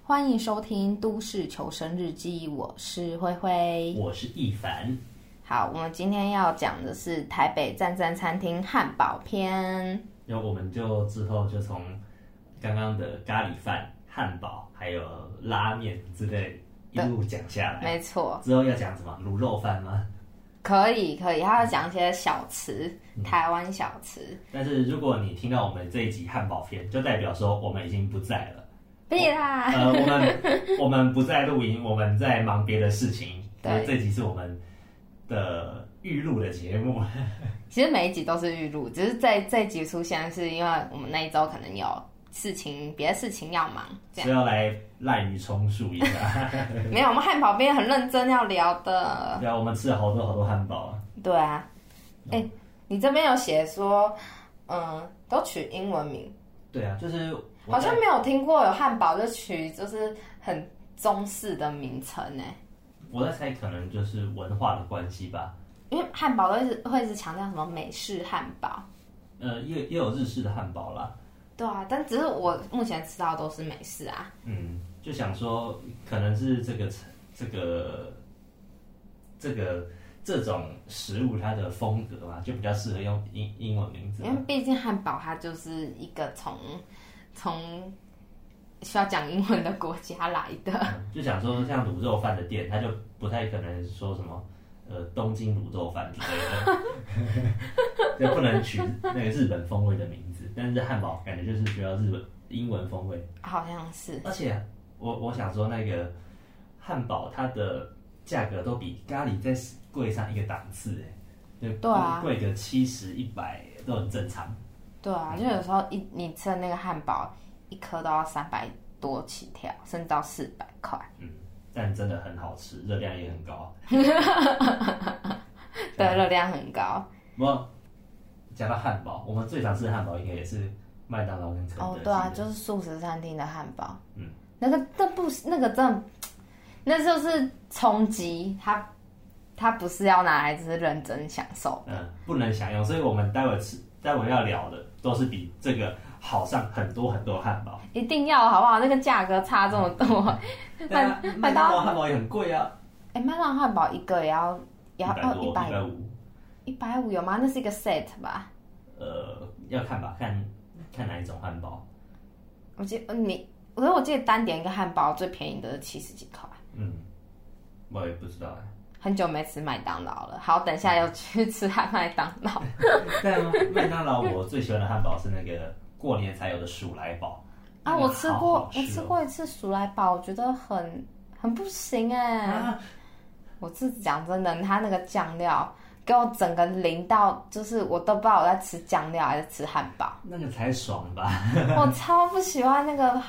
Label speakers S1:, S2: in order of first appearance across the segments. S1: 欢迎收听《都市求生日记》，我是灰灰。
S2: 我是一凡，
S1: 好，我们今天要讲的是台北赞赞餐厅汉堡篇。
S2: 然后我们就之后就从刚刚的咖喱饭、汉堡还有拉面之类一路讲下来。
S1: 没错，
S2: 之后要讲什么卤肉饭吗？
S1: 可以可以，他要讲一些小吃，台湾小吃。
S2: 但是如果你听到我们这一集汉堡片，就代表说我们已经不在 了。
S1: 必啦，
S2: 呃，我们我们不在录音，我们在忙别的事情。
S1: 对
S2: 所以这集是我们的预录的节目。
S1: 其实每一集都是预录，只是在这集出现是因为我们那一周可能有事情，别的事情要忙，嗯这样
S2: 是要来滥竽充数 一下。
S1: 没有。我们汉堡边很认真要聊的，
S2: 对啊，我们吃了好多好多汉堡啊。
S1: 对啊。哎、你这边有写说，嗯，都取英文名，
S2: 对啊，就是我
S1: 好像没有听过有汉堡就取就是很中式的名称欸呢、
S2: 我在猜，可能就是文化的关系吧。
S1: 因为汉堡都一直会一直强调什么美式汉堡，
S2: 呃，也也有日式的汉堡啦。
S1: 对啊，但只是我目前吃到的都是美式啊。
S2: 嗯，就想说，可能是这个这个这个这种食物它的风格嘛，就比较适合用英英文名字
S1: 因。为毕竟汉堡它就是一个从从需要讲英文的国家来的，
S2: 嗯就想说，像卤肉饭的店，它就不太可能说什么呃东京卤肉饭之类的， 就不能取那个日本风味的名字。但是汉堡感觉就是需要日本英文风味。
S1: 好像是
S2: 而且我我想说，那个汉堡它的价格都比咖喱再贵上一个档次，哎，就
S1: 对啊
S2: 贵个七十一百都很正常。
S1: 对啊，就有时候一你吃的那个汉堡一颗都要三百多起跳，甚至到四百块。
S2: 嗯，但真的很好吃，热量也很高。对 啊
S1: 对，热量很高
S2: 不过讲到汉堡，我们最常吃的汉堡应该也是麦当劳跟肯德基。
S1: 哦，对啊，就是素食餐厅的汉堡，
S2: 嗯，
S1: 那个那不是那个真的，那就是冲击，它它不是要拿来就是认真享受，
S2: 嗯，不能享用，所以我们待会吃，待会要聊的都是比这个好上很多很多的汉堡。
S1: 一定要好不好？那个价格差这么多，
S2: 对啊麦当劳汉堡也很贵啊，
S1: 哎、麦当劳汉堡一个也要
S2: 一
S1: 也要
S2: 百
S1: 哦
S2: 多，
S1: 一
S2: 一百
S1: 百
S2: 五。
S1: 一百五有吗？那是一个 set 吧？
S2: 呃，要看吧，看看哪一种汉堡。
S1: 我记呃你，可是我记得单点一个汉堡最便宜的是七十几块。
S2: 嗯，我也不知 道
S1: 很久没吃麦当劳了，好，等一下要去吃汉麦当劳。
S2: 哎。但麦当劳我最喜欢的汉堡是那个过年才有的鼠来宝
S1: 啊，我吃过，
S2: 那
S1: 我
S2: 个好好吃哦
S1: 吃过一次鼠来宝，我觉得很很不行哎、
S2: 啊，
S1: 我自己讲真的，它那个酱料给我整个淋到，就是我都不知道我在吃酱料还是吃汉堡。
S2: 那个才爽吧？
S1: 我超不喜欢那个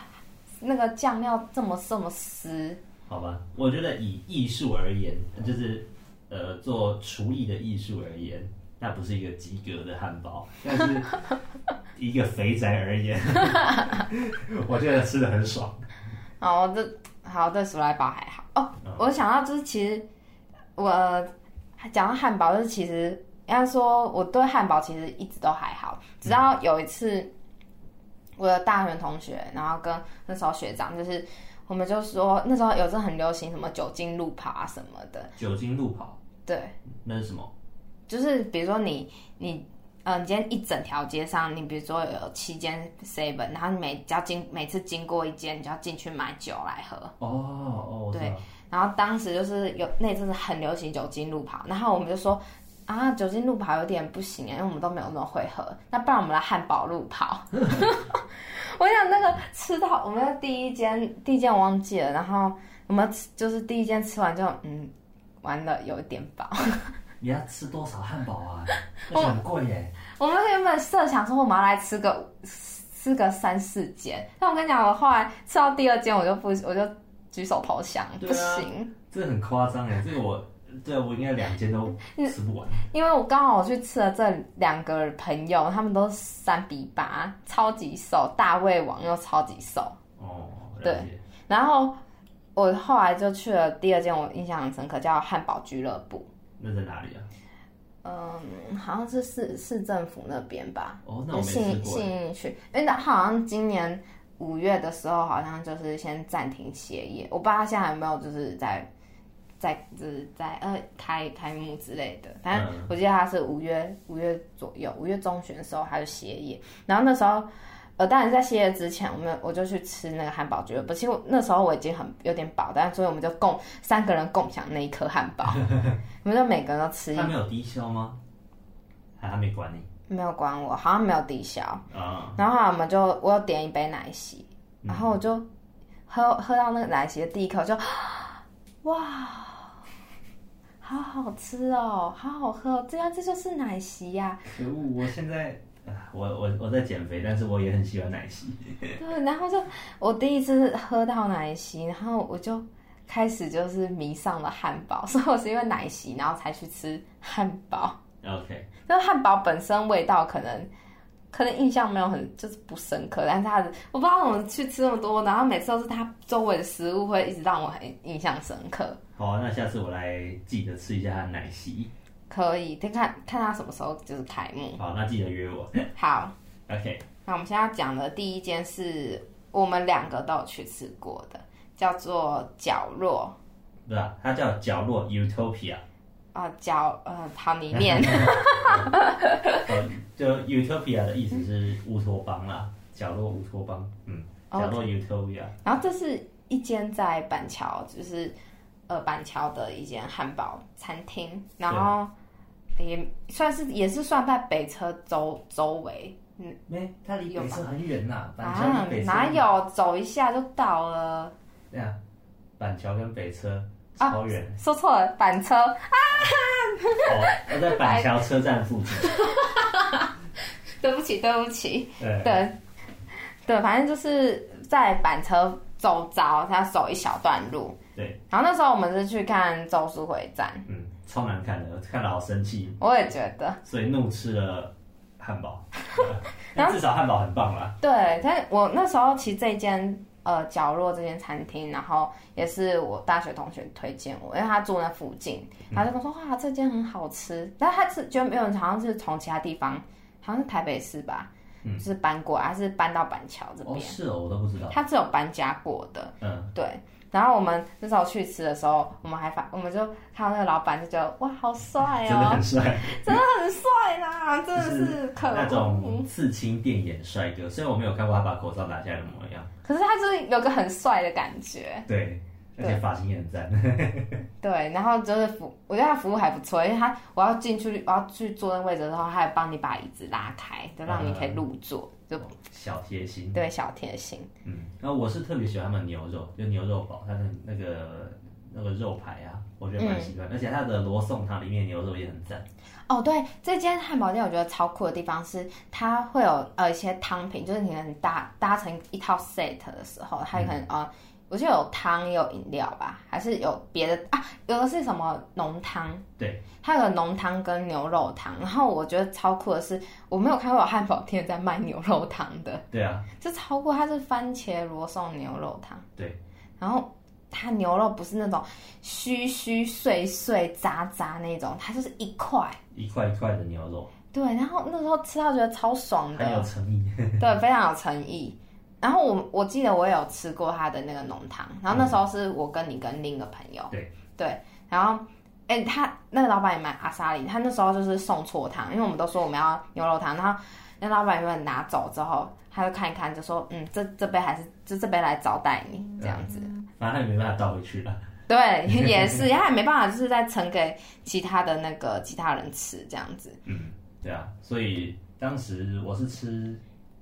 S1: 那个酱料这么这么湿，
S2: 好吧，我觉得以艺术而言，就是呃做厨艺的艺术而言，那不是一个及格的汉堡，但是一个肥宅而 言，我觉得吃的很爽。
S1: 哦，这好对鼠来宝还好哦。我想到就是其实我呃讲到汉堡，就是其实应该说我对汉堡其实一直都还好，直到有一次我的大学同学，然后跟那时候学长，就是我们就说那时候有时候很流行什么酒精路跑啊什么的，
S2: 酒精路跑
S1: 对。
S2: 那是什么？
S1: 就是比如说你你嗯、呃，你今天一整条街上，你比如说有七间 seven，然后你每只要经每次经过一间，你就要进去买酒来喝。
S2: 哦哦，我知道
S1: 对然后当时就是有那阵子很流行酒精路跑，然后我们就说啊，酒精路跑有点不行啊，因为我们都没有那么会喝，那不然我们来汉堡路跑。 我想那个吃到我们在第一间，第一间我忘记了，然后我们吃就是第一间吃完就嗯，完了有一点饱。
S2: 你要吃多少汉堡啊？而且很贵耶！
S1: 我们原本设想说我们要来吃个吃个三四间，但我跟你讲，我后来吃到第二间，我就不我就举手投降，
S2: 对啊
S1: 不行，
S2: 这个很夸张哎，这个我对我应该两间都吃不完。
S1: 因为我刚好我去吃了这两个朋友，他们都是三比八，超级瘦，大胃王又超级瘦，
S2: 哦，
S1: 对
S2: 了解。
S1: 然后。我后来就去了第二间，我印象很深刻，叫汉堡俱乐部，
S2: 那在哪里啊？
S1: 嗯，好像是市市政府那边吧，
S2: 哦，那我没吃
S1: 信
S2: 过耶。
S1: 信义区，因为它好像今年五月的时候好像就是先暂停歇业，我不知道他现在有没有就是在在就是在呃开开幕之类的，反正
S2: 嗯
S1: 我记得他是五月五月左右，五月中旬的时候他就歇业，然后那时候。呃，当然在歇业之前，我们我就去吃那个汉堡俱乐部。其实我那时候我已经很有点饱，但所以我们就共三个人共享那一颗汉堡， 我们就每个人都吃一
S2: 他没有低消吗？还还没管你
S1: 没有管我，好像没有抵消。
S2: 啊？
S1: 然后后来我们就我有点一杯奶昔，然后我就喝喝到那个奶昔的第一口就， 哇，好好吃哦，好好喝哦，这样这就是奶昔 呀、
S2: 可恶！我现在啊我我我在减肥，但是我也很喜欢奶昔。
S1: 对，然后就我第一次喝到奶昔，然后我就开始就是迷上了汉堡， 所以我是因为奶昔然后才去吃汉堡。
S2: OK，
S1: 那汉堡本身味道可能可能印象没有很就是不深刻，但是它的我不知道怎么去吃那么多，然后每次都是它周围的食物会一直让我很印象深刻。
S2: 好啊、那下次我来记得吃一下它的奶昔。
S1: 可以，得看看它什么时候就是开幕。
S2: 好，那记得约我。
S1: 好，
S2: OK，
S1: 那我们现在要讲的第一间是我们两个都有去吃过的，叫做角落。
S2: 不是、啊，它叫角落 Utopia，
S1: 啊，脚呃，好，你念
S2: 呃就 Utopia 的意思是乌托邦啦，角落乌托邦。嗯，
S1: 哦
S2: 角落 Utopia。
S1: 然后这是一间在板桥，就是呃板桥的一间汉堡餐厅，然后也算是也是算在北车周周围
S2: 没，它离北车很远呐、板桥
S1: 嗯啊
S2: 离北，车。
S1: 哪？有走一下就到了？
S2: 对啊，板桥跟北车
S1: 啊
S2: 超远。
S1: 说错了，板车
S2: 哦，我在板桥车站附 近。
S1: 对不起，对不起，
S2: 对，
S1: 对，对，反正就是在板车周遭，它走一小段路。
S2: 对，
S1: 然后那时候我们是去看《咒术回战
S2: 嗯，超难看的，看了好生气。》，
S1: 我也觉得。
S2: 所以怒吃了汉堡。
S1: 然
S2: 但 至少汉堡很棒啦。
S1: 对，但我那时候其实这间呃角落这间餐厅，然后也是我大学同学推荐我，因为他住那附近，他就跟我说、哇这间很好吃，但他是觉得没有人好像是从其他地方，好像是台北市吧，就是搬过来，他是搬到板桥这
S2: 嗯哦，
S1: 边，
S2: 是哦，我都不知道。
S1: 他是有搬家过的，
S2: 嗯，
S1: 对。然后我们那时候去吃的时候，我们还发，我们就看到那个老板就觉得哇，好帅
S2: 真的
S1: 哦，
S2: 很帅，
S1: 真的很帅啦，真的是可
S2: 那
S1: 恶
S2: 种刺青电眼帅哥。虽然我没有看过他把口罩拿下来的模样，
S1: 可是他就是有个很帅的感觉。
S2: 对，而且发型也很赞。
S1: 对，然后就是服，我觉得他服务还不错，因为他我要进去，我要去坐那位置的时候，他还帮你把椅子拉开，就让你可以入座，就
S2: 哦小贴心。
S1: 对小贴心。
S2: 嗯，然后我是特别喜欢他们牛肉，就牛肉堡，它的那个那个肉排啊，我觉得蛮喜欢，
S1: 嗯
S2: 而且它的罗宋汤里面牛肉也很赞。
S1: 哦，对，这间汉堡店我觉得超酷的地方是，它会有呃一些汤品，就是你可能搭搭成一套 set 的时候，它可能、呃，我记得有汤也有饮料吧，还是有别的啊，有的是什么浓汤，
S2: 对，
S1: 它有浓汤跟牛肉汤。然后我觉得超酷的是，我没有看过有汉堡店在卖牛肉汤的。
S2: 对啊，
S1: 这超过它是番茄罗宋牛肉汤，
S2: 对，
S1: 然后它牛肉不是那种虚虚碎碎渣渣那种，它就是一块。
S2: 一块一块的牛肉，
S1: 对，然后那时候吃到觉得超爽
S2: 很有
S1: 的，
S2: 诚意。
S1: 对，非常有诚意。然后我我记得我也有吃过它的那个浓汤，然后那时候是我跟你跟另一个朋友，
S2: 对
S1: 对，然后哎、他那个老板也蛮阿莎里，他那时候就是送错汤，因为我们都说我们要牛肉汤，然后那老板原本拿走之后，他就看一看，就说嗯，这这杯还是就这杯来招待你这样子，
S2: 反正他也没办法倒回去了。
S1: 对，也是，他也没办法，就是再盛给其他的那个其他人吃这样子。
S2: 嗯，对啊，所以当时我是吃，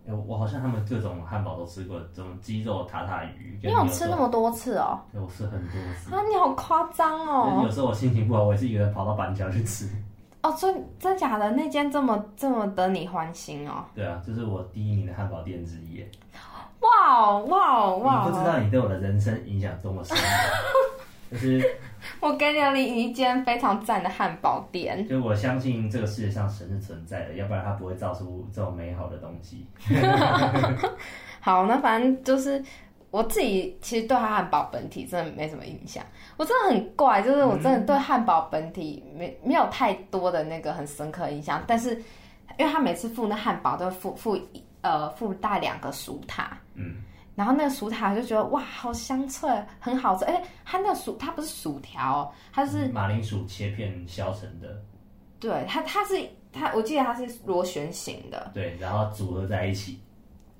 S2: 哎我好像他们各种汉堡都吃过，这种鸡肉塔塔鱼。
S1: 你
S2: 跟
S1: 有
S2: 牛
S1: 吃
S2: 肉
S1: 那么多次哦？
S2: 对我吃很多次。
S1: 啊，你好夸张
S2: 但
S1: 哦！
S2: 有时候我心情不好，我也是一个人跑到板桥去吃。
S1: 哦，真真假的那间这么这么得你欢心哦！
S2: 对啊，这是我第一名的汉堡店之一耶。
S1: 哇哦哇哦哇
S2: 你不知
S1: 哦！
S2: 道你对我的人生影响多么深。 就是，
S1: 我给你了一间非常赞的汉堡店。
S2: 就我相信这个世界上神是存在的，要不然它不会造出这种美好的东西。
S1: 好，那反正就是我自己其实对它汉堡本体真的没什么印象，我真的很怪，就是我真的对汉堡本体没没有太多的那个很深刻的印象，但是因为他每次附那汉堡都会附附一呃附带两个薯塔，
S2: 嗯，
S1: 然后那个薯塔就觉得哇，好香脆，很好吃。而且它那个薯，它不是薯条哦，它是
S2: 马铃薯切片削成的，
S1: 对它，它是它，我记得它是螺旋形的，
S2: 对，然后组合在一起，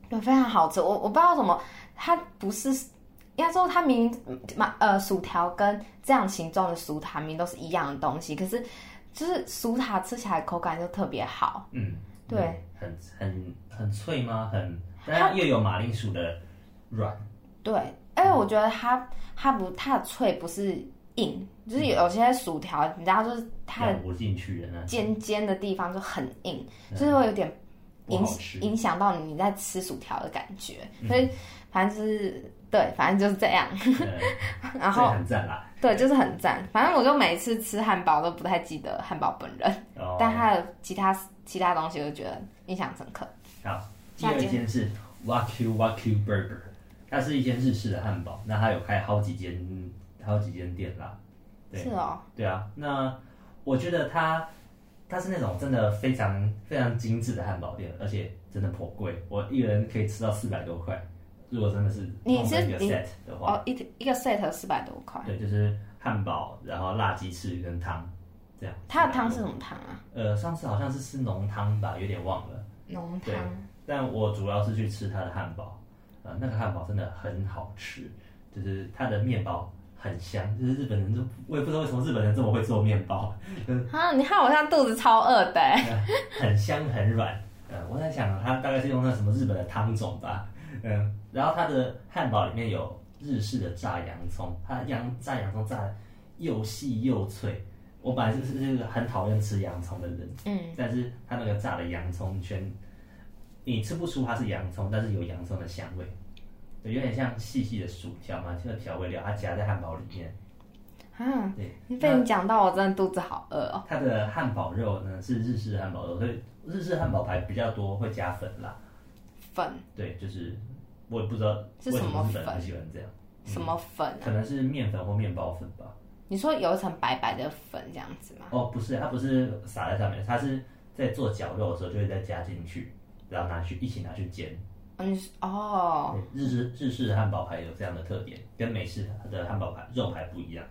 S1: 对，非常好吃。我我不知道怎么，它不是，应该说它明明马呃薯条跟这样形状的薯塔明明都是一样的东西，可是就是薯塔吃起来口感就特别好。
S2: 嗯，
S1: 对，
S2: 很很很脆吗？很，但它又有马铃薯的软，
S1: 对，而且我觉得它它不它的脆不是硬，就是有些薯条，你知道，就是它的
S2: 咬不进去的那
S1: 尖尖的地方就很硬，就是会有点
S2: 嗯不
S1: 影
S2: 好吃。嗯
S1: 影响到你在吃薯条的感觉。所以反正就是对，反正就是这样。
S2: 对
S1: 然后
S2: 这很赞啦，
S1: 对，就是很赞。反正我就每次吃汉堡都不太记得汉堡本人，
S2: 哦
S1: 但它的其他其他东西我就觉得印象深刻。
S2: 好，第
S1: 下
S2: 二间是 Waku Waku Burger，它是一间日式的汉堡，那它有开好几间好几间店啦。对
S1: 是哦，
S2: 对啊，那我觉得它它是那种真的非常非常精致的汉堡店，而且真的颇贵，我一个人可以吃到四百多块。如果真的是
S1: 你
S2: 弄成
S1: 是
S2: 一个
S1: 你
S2: set 的话，
S1: 哦，一一个 set 四百多块，
S2: 对，就是汉堡，然后辣鸡翅跟汤这样。
S1: 它的汤是什么汤啊？
S2: 呃，上次好像是吃浓汤吧，有点忘了。
S1: 浓
S2: 对
S1: 汤。
S2: 但我主要是去吃它的汉堡，呃，那个汉堡真的很好吃，就是它的面包很香，就是日本人都我也不知道为什么日本人这么会做面包，
S1: 啊，你看我现在肚子超饿的欸、
S2: 很香很软。呃，我在想它大概是用那什么日本的汤种吧，嗯、然后它的汉堡里面有日式的炸洋葱，它的洋炸洋葱炸的又细又脆。我本来就是是个很讨厌吃洋葱的人，
S1: 嗯，
S2: 但是它那个炸的洋葱圈，你吃不出它是洋葱，但是有洋葱的香味，对，有点像细细的薯条嘛，就是调味料，它啊夹在汉堡里面。
S1: 啊
S2: 对，
S1: 被你讲到我真的肚子好饿哦。
S2: 它的汉堡肉呢是日式汉堡肉，所以日式汉堡排比较多，会加粉啦。
S1: 粉
S2: 对，就是我也不知道
S1: 嗯是
S2: 为什
S1: 什么
S2: 么日本
S1: 粉嗯
S2: 很喜欢这样，
S1: 什么粉？啊
S2: 可能是面粉或面包粉吧。
S1: 你说有一层白白的粉这样子吗？
S2: 哦，不是，它不是撒在上面，它是在做绞肉的时候就会再加进去，然后拿去一起拿去煎。
S1: 嗯，哦，
S2: 对日式日式汉堡排有这样的特点，跟美式的汉堡排肉排不一样。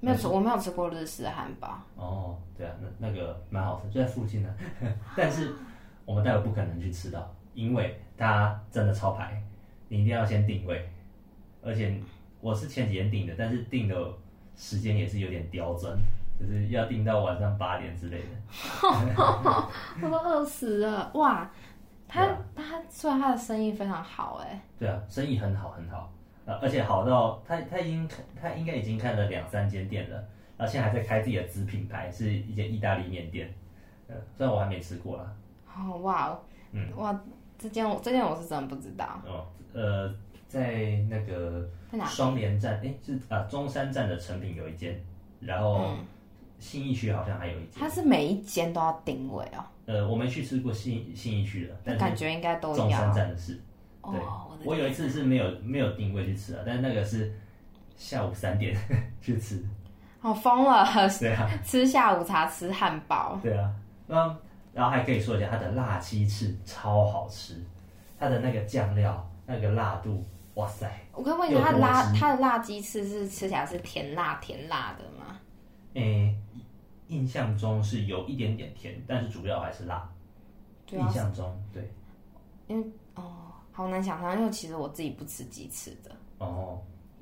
S1: 没有
S2: 嗯
S1: 吃，我没有吃过日式的汉堡。
S2: 哦，对啊，那那个蛮好吃，就在附近呢、 但是我们待会不可能去吃到，因为它真的超排，你一定要先定位。而且我是前几天订的，但是订的时间也是有点刁钻，就是要订到晚上八点之类的。
S1: 我都饿死了！哇，他
S2: 对啊
S1: 他虽然他的生意非常好哎、
S2: 对啊，生意很好很好，呃，而且好到他他已经他应该已经开了两三间店了，然后现在还在开自己的子品牌，是一间意大利面店，呃，虽然我还没吃过啦，嗯
S1: 哦哇哦，哇，这间我这间我是真的不知道
S2: 哦，呃，在那个
S1: 在哪
S2: 双连站，诶，是啊、中山站的成品有一间，然
S1: 嗯
S2: 后信义区好像还有一间，
S1: 它是每一间都要定位哦，
S2: 呃，我没去吃过信信义区的，但
S1: 感觉应该都
S2: 中
S1: 要
S2: 山站的是，
S1: 哦。
S2: 对
S1: 我的
S2: 我有一次是没有没有定位去吃啊，但是那个是下午三点 去吃，
S1: 好疯了，
S2: 对啊。
S1: 吃下午茶吃汉堡，
S2: 对啊，那然后还可以说一下它的辣鸡翅超好吃，它的那个酱料那个辣度，哇塞，
S1: 我可以问一下，它
S2: 有多
S1: 辣它的辣鸡翅是吃起来是甜辣甜辣的吗？
S2: 诶，印象中是有一点点甜，但是主要还是辣。
S1: 对
S2: 印
S1: 啊，
S2: 象中，对，
S1: 哦，好难想象，因为其实我自己不吃鸡翅的。
S2: 哦，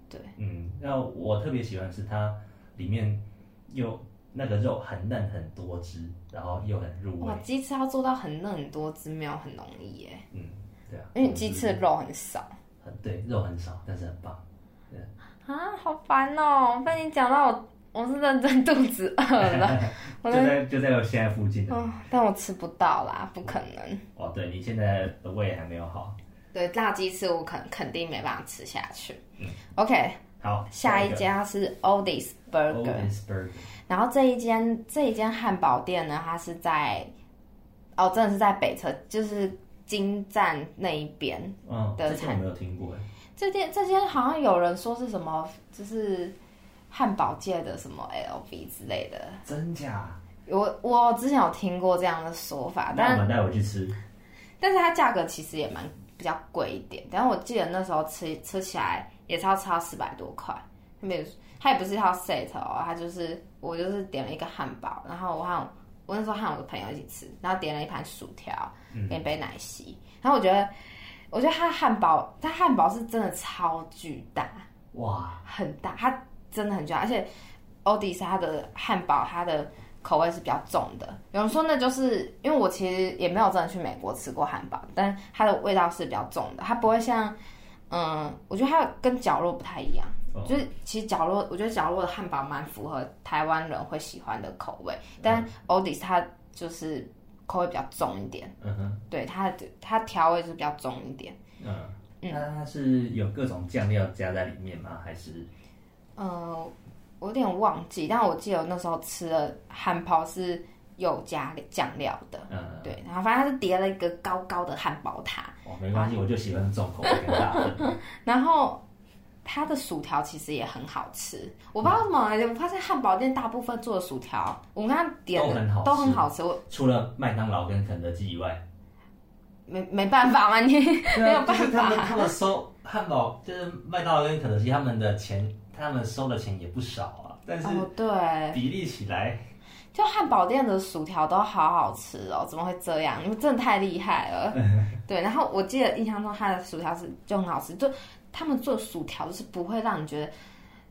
S1: 对，
S2: 嗯，那我特别喜欢是它里面有那个肉很嫩很多汁，然后又很入味
S1: 哇，，鸡翅要做到很嫩很多汁没有很容易耶，
S2: 嗯，对啊，
S1: 因为鸡翅的肉很少。
S2: 很对，肉很少，但是很棒。
S1: 啊，好烦哦！被你讲到我，我是认真 肚子饿了，我
S2: 就
S1: 的
S2: 在就在我现在附近的，
S1: 哦， 但我吃不到啦，不可能。
S2: 哦，对你现在的胃还没有好。
S1: 对，辣鸡翅我肯肯定没办法吃下去。OK，
S2: 好，
S1: 下一家是 Oldies Burger，、
S2: Oldest Burger，
S1: 然后这一间这一间汉堡店呢，它是在哦，真的是在北侧，就是金站那一边。
S2: 嗯，
S1: 的
S2: 这个我没有听过哎，
S1: 这间这间好像有人说是什么，就是汉堡界的什么 LV 之类的。
S2: 真假？
S1: 我我之前有听过这样的说法，但
S2: 嗯那我们待会去吃。
S1: 但是它价格其实也蛮比较贵一点，但是我记得那时候吃吃起来也是要吃到四百多块，它没有，它也不是要 set 哦，它就是我就是点了一个汉堡，然后我和我我那时候和我的朋友一起吃，然后点了一盘薯条，点一杯奶昔，然后我觉得我觉得它的汉堡，它汉堡是真的超巨大，
S2: 哇，
S1: 很大，它真的很巨大，而且欧迪莎的汉堡它的口味是比较重的。有人说那就是因为我其实也没有真的去美国吃过汉堡，但它的味道是比较重的，它不会像嗯，我觉得它跟角落不太一样。
S2: 哦
S1: 就是其实角落，我觉得角落的汉堡蛮符合台湾人会喜欢的口味，
S2: 嗯
S1: 但欧迪莎就是口味比较重一点，
S2: 嗯哼，
S1: 对它的它调味就是比较重一点。
S2: 嗯，它是有各种酱料加在里面吗？还是
S1: 嗯，我有点忘记，但我记得我那时候吃的汉堡是有加酱料的，
S2: 嗯，
S1: 对，然后反正它是叠了一个高高的汉堡塔，
S2: 哦，没关系，我就喜欢重口味跟大 份。
S1: 然后它的薯条其实也很好吃，我不知道为什么，我发现汉堡店大部分做的薯条，我们刚刚点的
S2: 都很好吃
S1: 都很好吃，我
S2: 除了麦当劳跟肯德基以外，啊
S1: 没没办法嘛，你 没有办
S2: 就是他
S1: 法
S2: 们他们收汉堡，就是麦当劳跟肯德基他们的钱，他们收的钱也不少啊，但是
S1: 哦对，
S2: 比例起来，
S1: 就汉堡店的薯条都好好吃哦，怎么会这样？你们真的太厉害 了。对，然后我记得印象中它的薯条是就很好吃，就他们做薯条就是不会让你觉得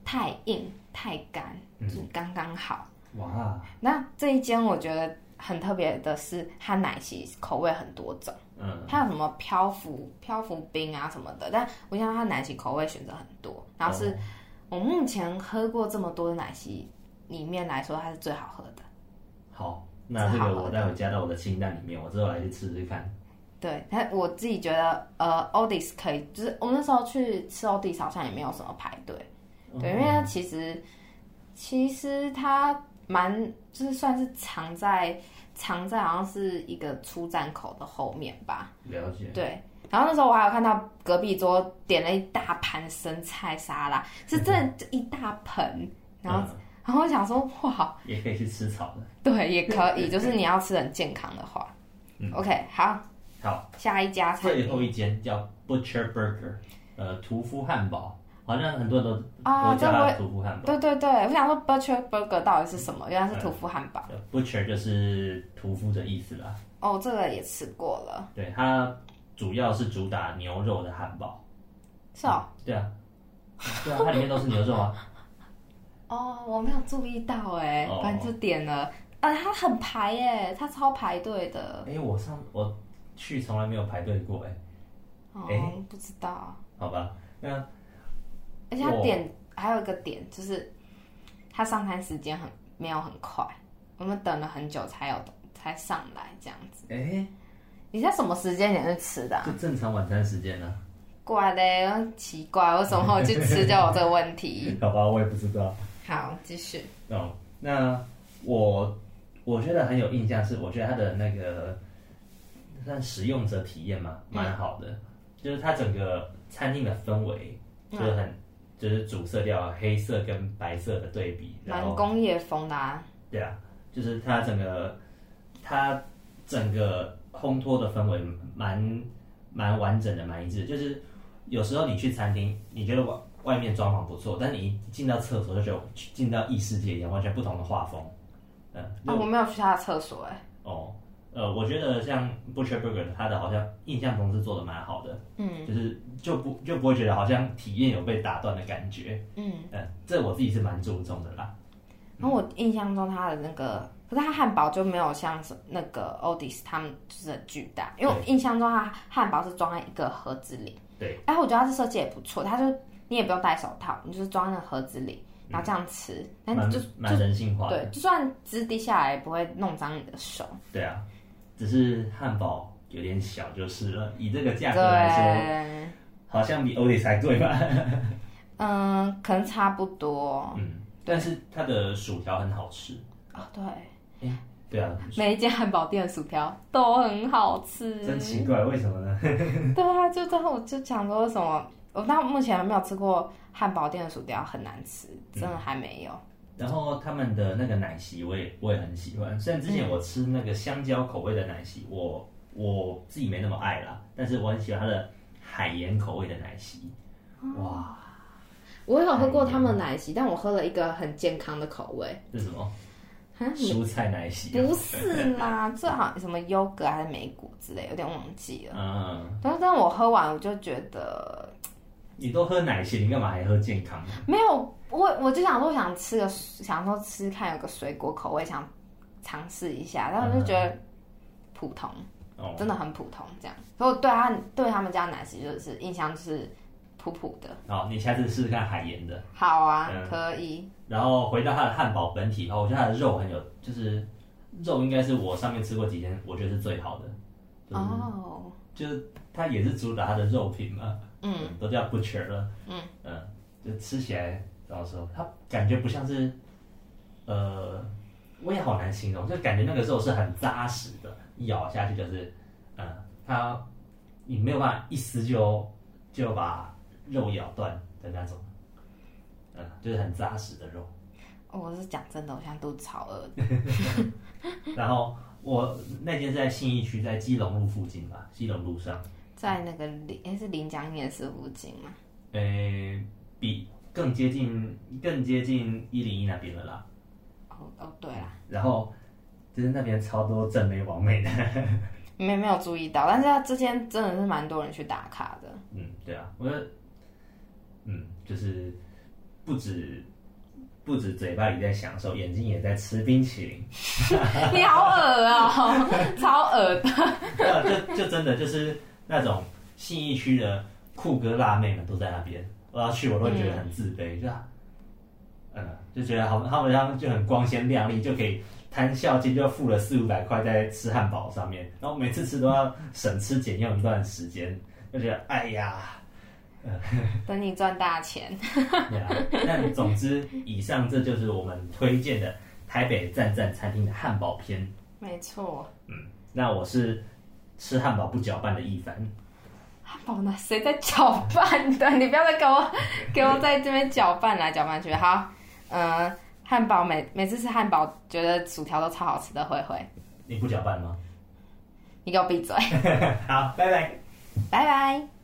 S1: 太硬太干，
S2: 嗯
S1: 就是刚刚好。
S2: 哇，
S1: 那这一间我觉得很特别的是，它奶昔口味很多种，
S2: 嗯，
S1: 它有什么漂浮漂浮冰啊什么的，但我想它奶昔口味选择很多，然后是
S2: 哦
S1: 我目前喝过这么多的奶昔里面来说，它是最好喝的。
S2: 好，那这个我待会加到我的清单里面，我之后来去吃吃看。
S1: 对，但我自己觉得，呃，Odis 可以，就是我们那时候去吃 Odis 好像也没有什么排队，
S2: 嗯
S1: 对，因为它其实其实它蛮就是算是藏在藏在好像是一个出站口的后面吧，
S2: 了解，
S1: 对。然后那时候我还有看到隔壁桌点了一大盘生菜沙拉，是真的一大盆，然后、哦
S2: 嗯
S1: 然后我想说哇，
S2: 也可以去吃草的。
S1: 对，也可以，就是你要吃得很健康的话、o k 好，
S2: 好，
S1: 下一家餐
S2: 最后一间叫 Butcher Burger，呃，屠夫汉堡，好像很多人都、
S1: 啊
S2: 都叫它屠夫汉堡。
S1: 对对对，我想说 butcher burger 到底是什么？原来是屠夫汉堡。
S2: 呃 Butcher 就是屠夫的意思啦。
S1: 哦，这个也吃过了，
S2: 对，它主要是主打牛肉的汉堡。
S1: 是哦。
S2: 对啊，对啊，它里面都是牛肉 啊。
S1: 哦，我没有注意到哎、
S2: 哦
S1: 反正就点了。啊，它很排耶，它超排队的。
S2: 哎、我上我去从来没有排队过哎、
S1: 哦，
S2: 哎
S1: 不知道。
S2: 好吧，那
S1: 而且它
S2: 哦
S1: 点还有一个点就是，它上餐时间很没有很快，我们等了很久才有才上来这样子。
S2: 哎、
S1: 你在什么时间点去吃的啊、
S2: 就正常晚餐时间呢、
S1: 怪嘞，奇怪，为什么我去吃就有这个问 题？
S2: 好吧，我也不知道。
S1: 好，继续。
S2: 哦，那我我觉得很有印象是，我觉得它的那个算使用者体验嘛，蛮好的，就是它整个餐厅的氛围就是很、就是主色调黑色跟白色的对比，然
S1: 蛮
S2: 后
S1: 工业风的、啊。
S2: 对啊，就是它整个它整个烘托的氛围蛮蛮完整的，蛮一致。就是有时候你去餐厅，你觉得外外面装潢不错，但你一进到厕所就觉得进到异世界一样，完全不同的画风。嗯，
S1: 啊，我没有去他的厕所哎、
S2: 哦，呃，我觉得像 Butcher Burger 它的好像印象中是做的蛮好的，嗯，就是就不就不会觉得好像体验有被打断的感觉，嗯，呃，这我自己是蛮注重的啦。
S1: 然后我印象中他的那个，可是他汉堡就没有像是那个 Odis 他们就是很巨大，因为我印象中他汉堡是装在一个盒子里。
S2: 对，
S1: 哎，我觉得他这设计也不错，他就你也不用戴手套，你就是装在那个盒子里，然后这样吃，但
S2: 嗯蛮
S1: 就
S2: 蛮人性化的，
S1: 对，就算汁滴下来也不会弄脏你的手。
S2: 对啊，只是汉堡有点小就是了。以这个价格来
S1: 对，
S2: 说，好像比欧力才贵吧？
S1: 嗯，可能差不多。
S2: 嗯，但是它的薯条很好吃。
S1: 哦，对，
S2: 对啊，
S1: 每一间汉堡店的薯条都很好吃，
S2: 真奇怪，为什么呢？
S1: 对啊，就最后我就想说为什么，我到目前还没有吃过汉堡店的薯条，很难吃，真的还没有。
S2: 然后他们的那个奶昔，我也我也很喜欢。虽然之
S1: 嗯
S2: 前我吃那个香蕉口味的奶昔，我我自己没那么爱啦，但是我很喜欢它的海盐口味的奶昔，
S1: 哦
S2: 哇，
S1: 我有喝过他们的奶昔，但我喝了一个很健康的口味。
S2: 这是什么
S1: 啊，你
S2: 蔬菜奶昔？
S1: 不是 啦，最好什么优格还是美谷之类，有点忘记了。
S2: 嗯，
S1: 但是，但我喝完我就觉得
S2: 你都喝奶昔，你干嘛还喝健康？
S1: 没有，我我就想说想吃个，想说吃看有个水果口味，想尝试一下，但我就觉得普通，
S2: 哦，
S1: 真的很普通这样。所以我对他对他们家奶昔就是印象就是普普的。
S2: 好，哦你下次试试看海盐的。
S1: 好啊，
S2: 嗯
S1: 可以。
S2: 然后回到它的汉堡本体哦，我觉得它的肉很有，就是肉应该是我上面吃过几天，我觉得是最好的。就是、
S1: 哦，
S2: 就是它也是主打它的肉品嘛，
S1: 嗯，
S2: 都叫 butcher 了，呃
S1: 嗯
S2: 就吃起来到时候它感觉不像是，呃，我也好难形容，就感觉那个肉是很扎实的，呃一咬下去就是，嗯、它你没有办法一撕就就把肉咬断的那种，嗯、就是很扎实的肉。
S1: 我是讲真的，我现在肚子超饿的。
S2: 然后我那天是在信义区，在基隆路附近吧，基隆路上，
S1: 在那个临诶是临江夜市附近吗？
S2: 呃，比更接近更接近一零一那边了啦。
S1: 哦哦，对啦，
S2: 然后就是那边超多正妹王妹的，
S1: 没没有注意到，但是它之前真的是蛮多人去打卡的。
S2: 嗯，对啊，我觉得，嗯，就是不止不止嘴巴里在享受，眼睛也在吃冰淇淋。
S1: 你好恶哦、 超恶的。
S2: 那呃就就真的就是那种信义区的酷哥辣妹们都在那边，我要去我都会觉得很自卑，就啊嗯，就觉得好，他们他们就很光鲜亮丽，就可以摊孝金就付了四五百块在吃汉堡上面，然后每次吃都要省吃俭用一段时间，就觉得哎呀，
S1: 等你赚大钱，
S2: 对啊。但总之，以上这就是我们推荐的台北赞赞餐厅的汉堡篇。
S1: 没错。
S2: 那我是吃汉堡不搅拌的一凡，
S1: 汉堡呢？谁在搅拌的？你不要再给我给我在这边搅拌来搅拌去。好，嗯、汉堡每每次吃汉堡，觉得薯条都超好吃的。慧慧，
S2: 你不搅拌吗？
S1: 你给我闭嘴，
S2: 好，拜拜。
S1: 拜拜。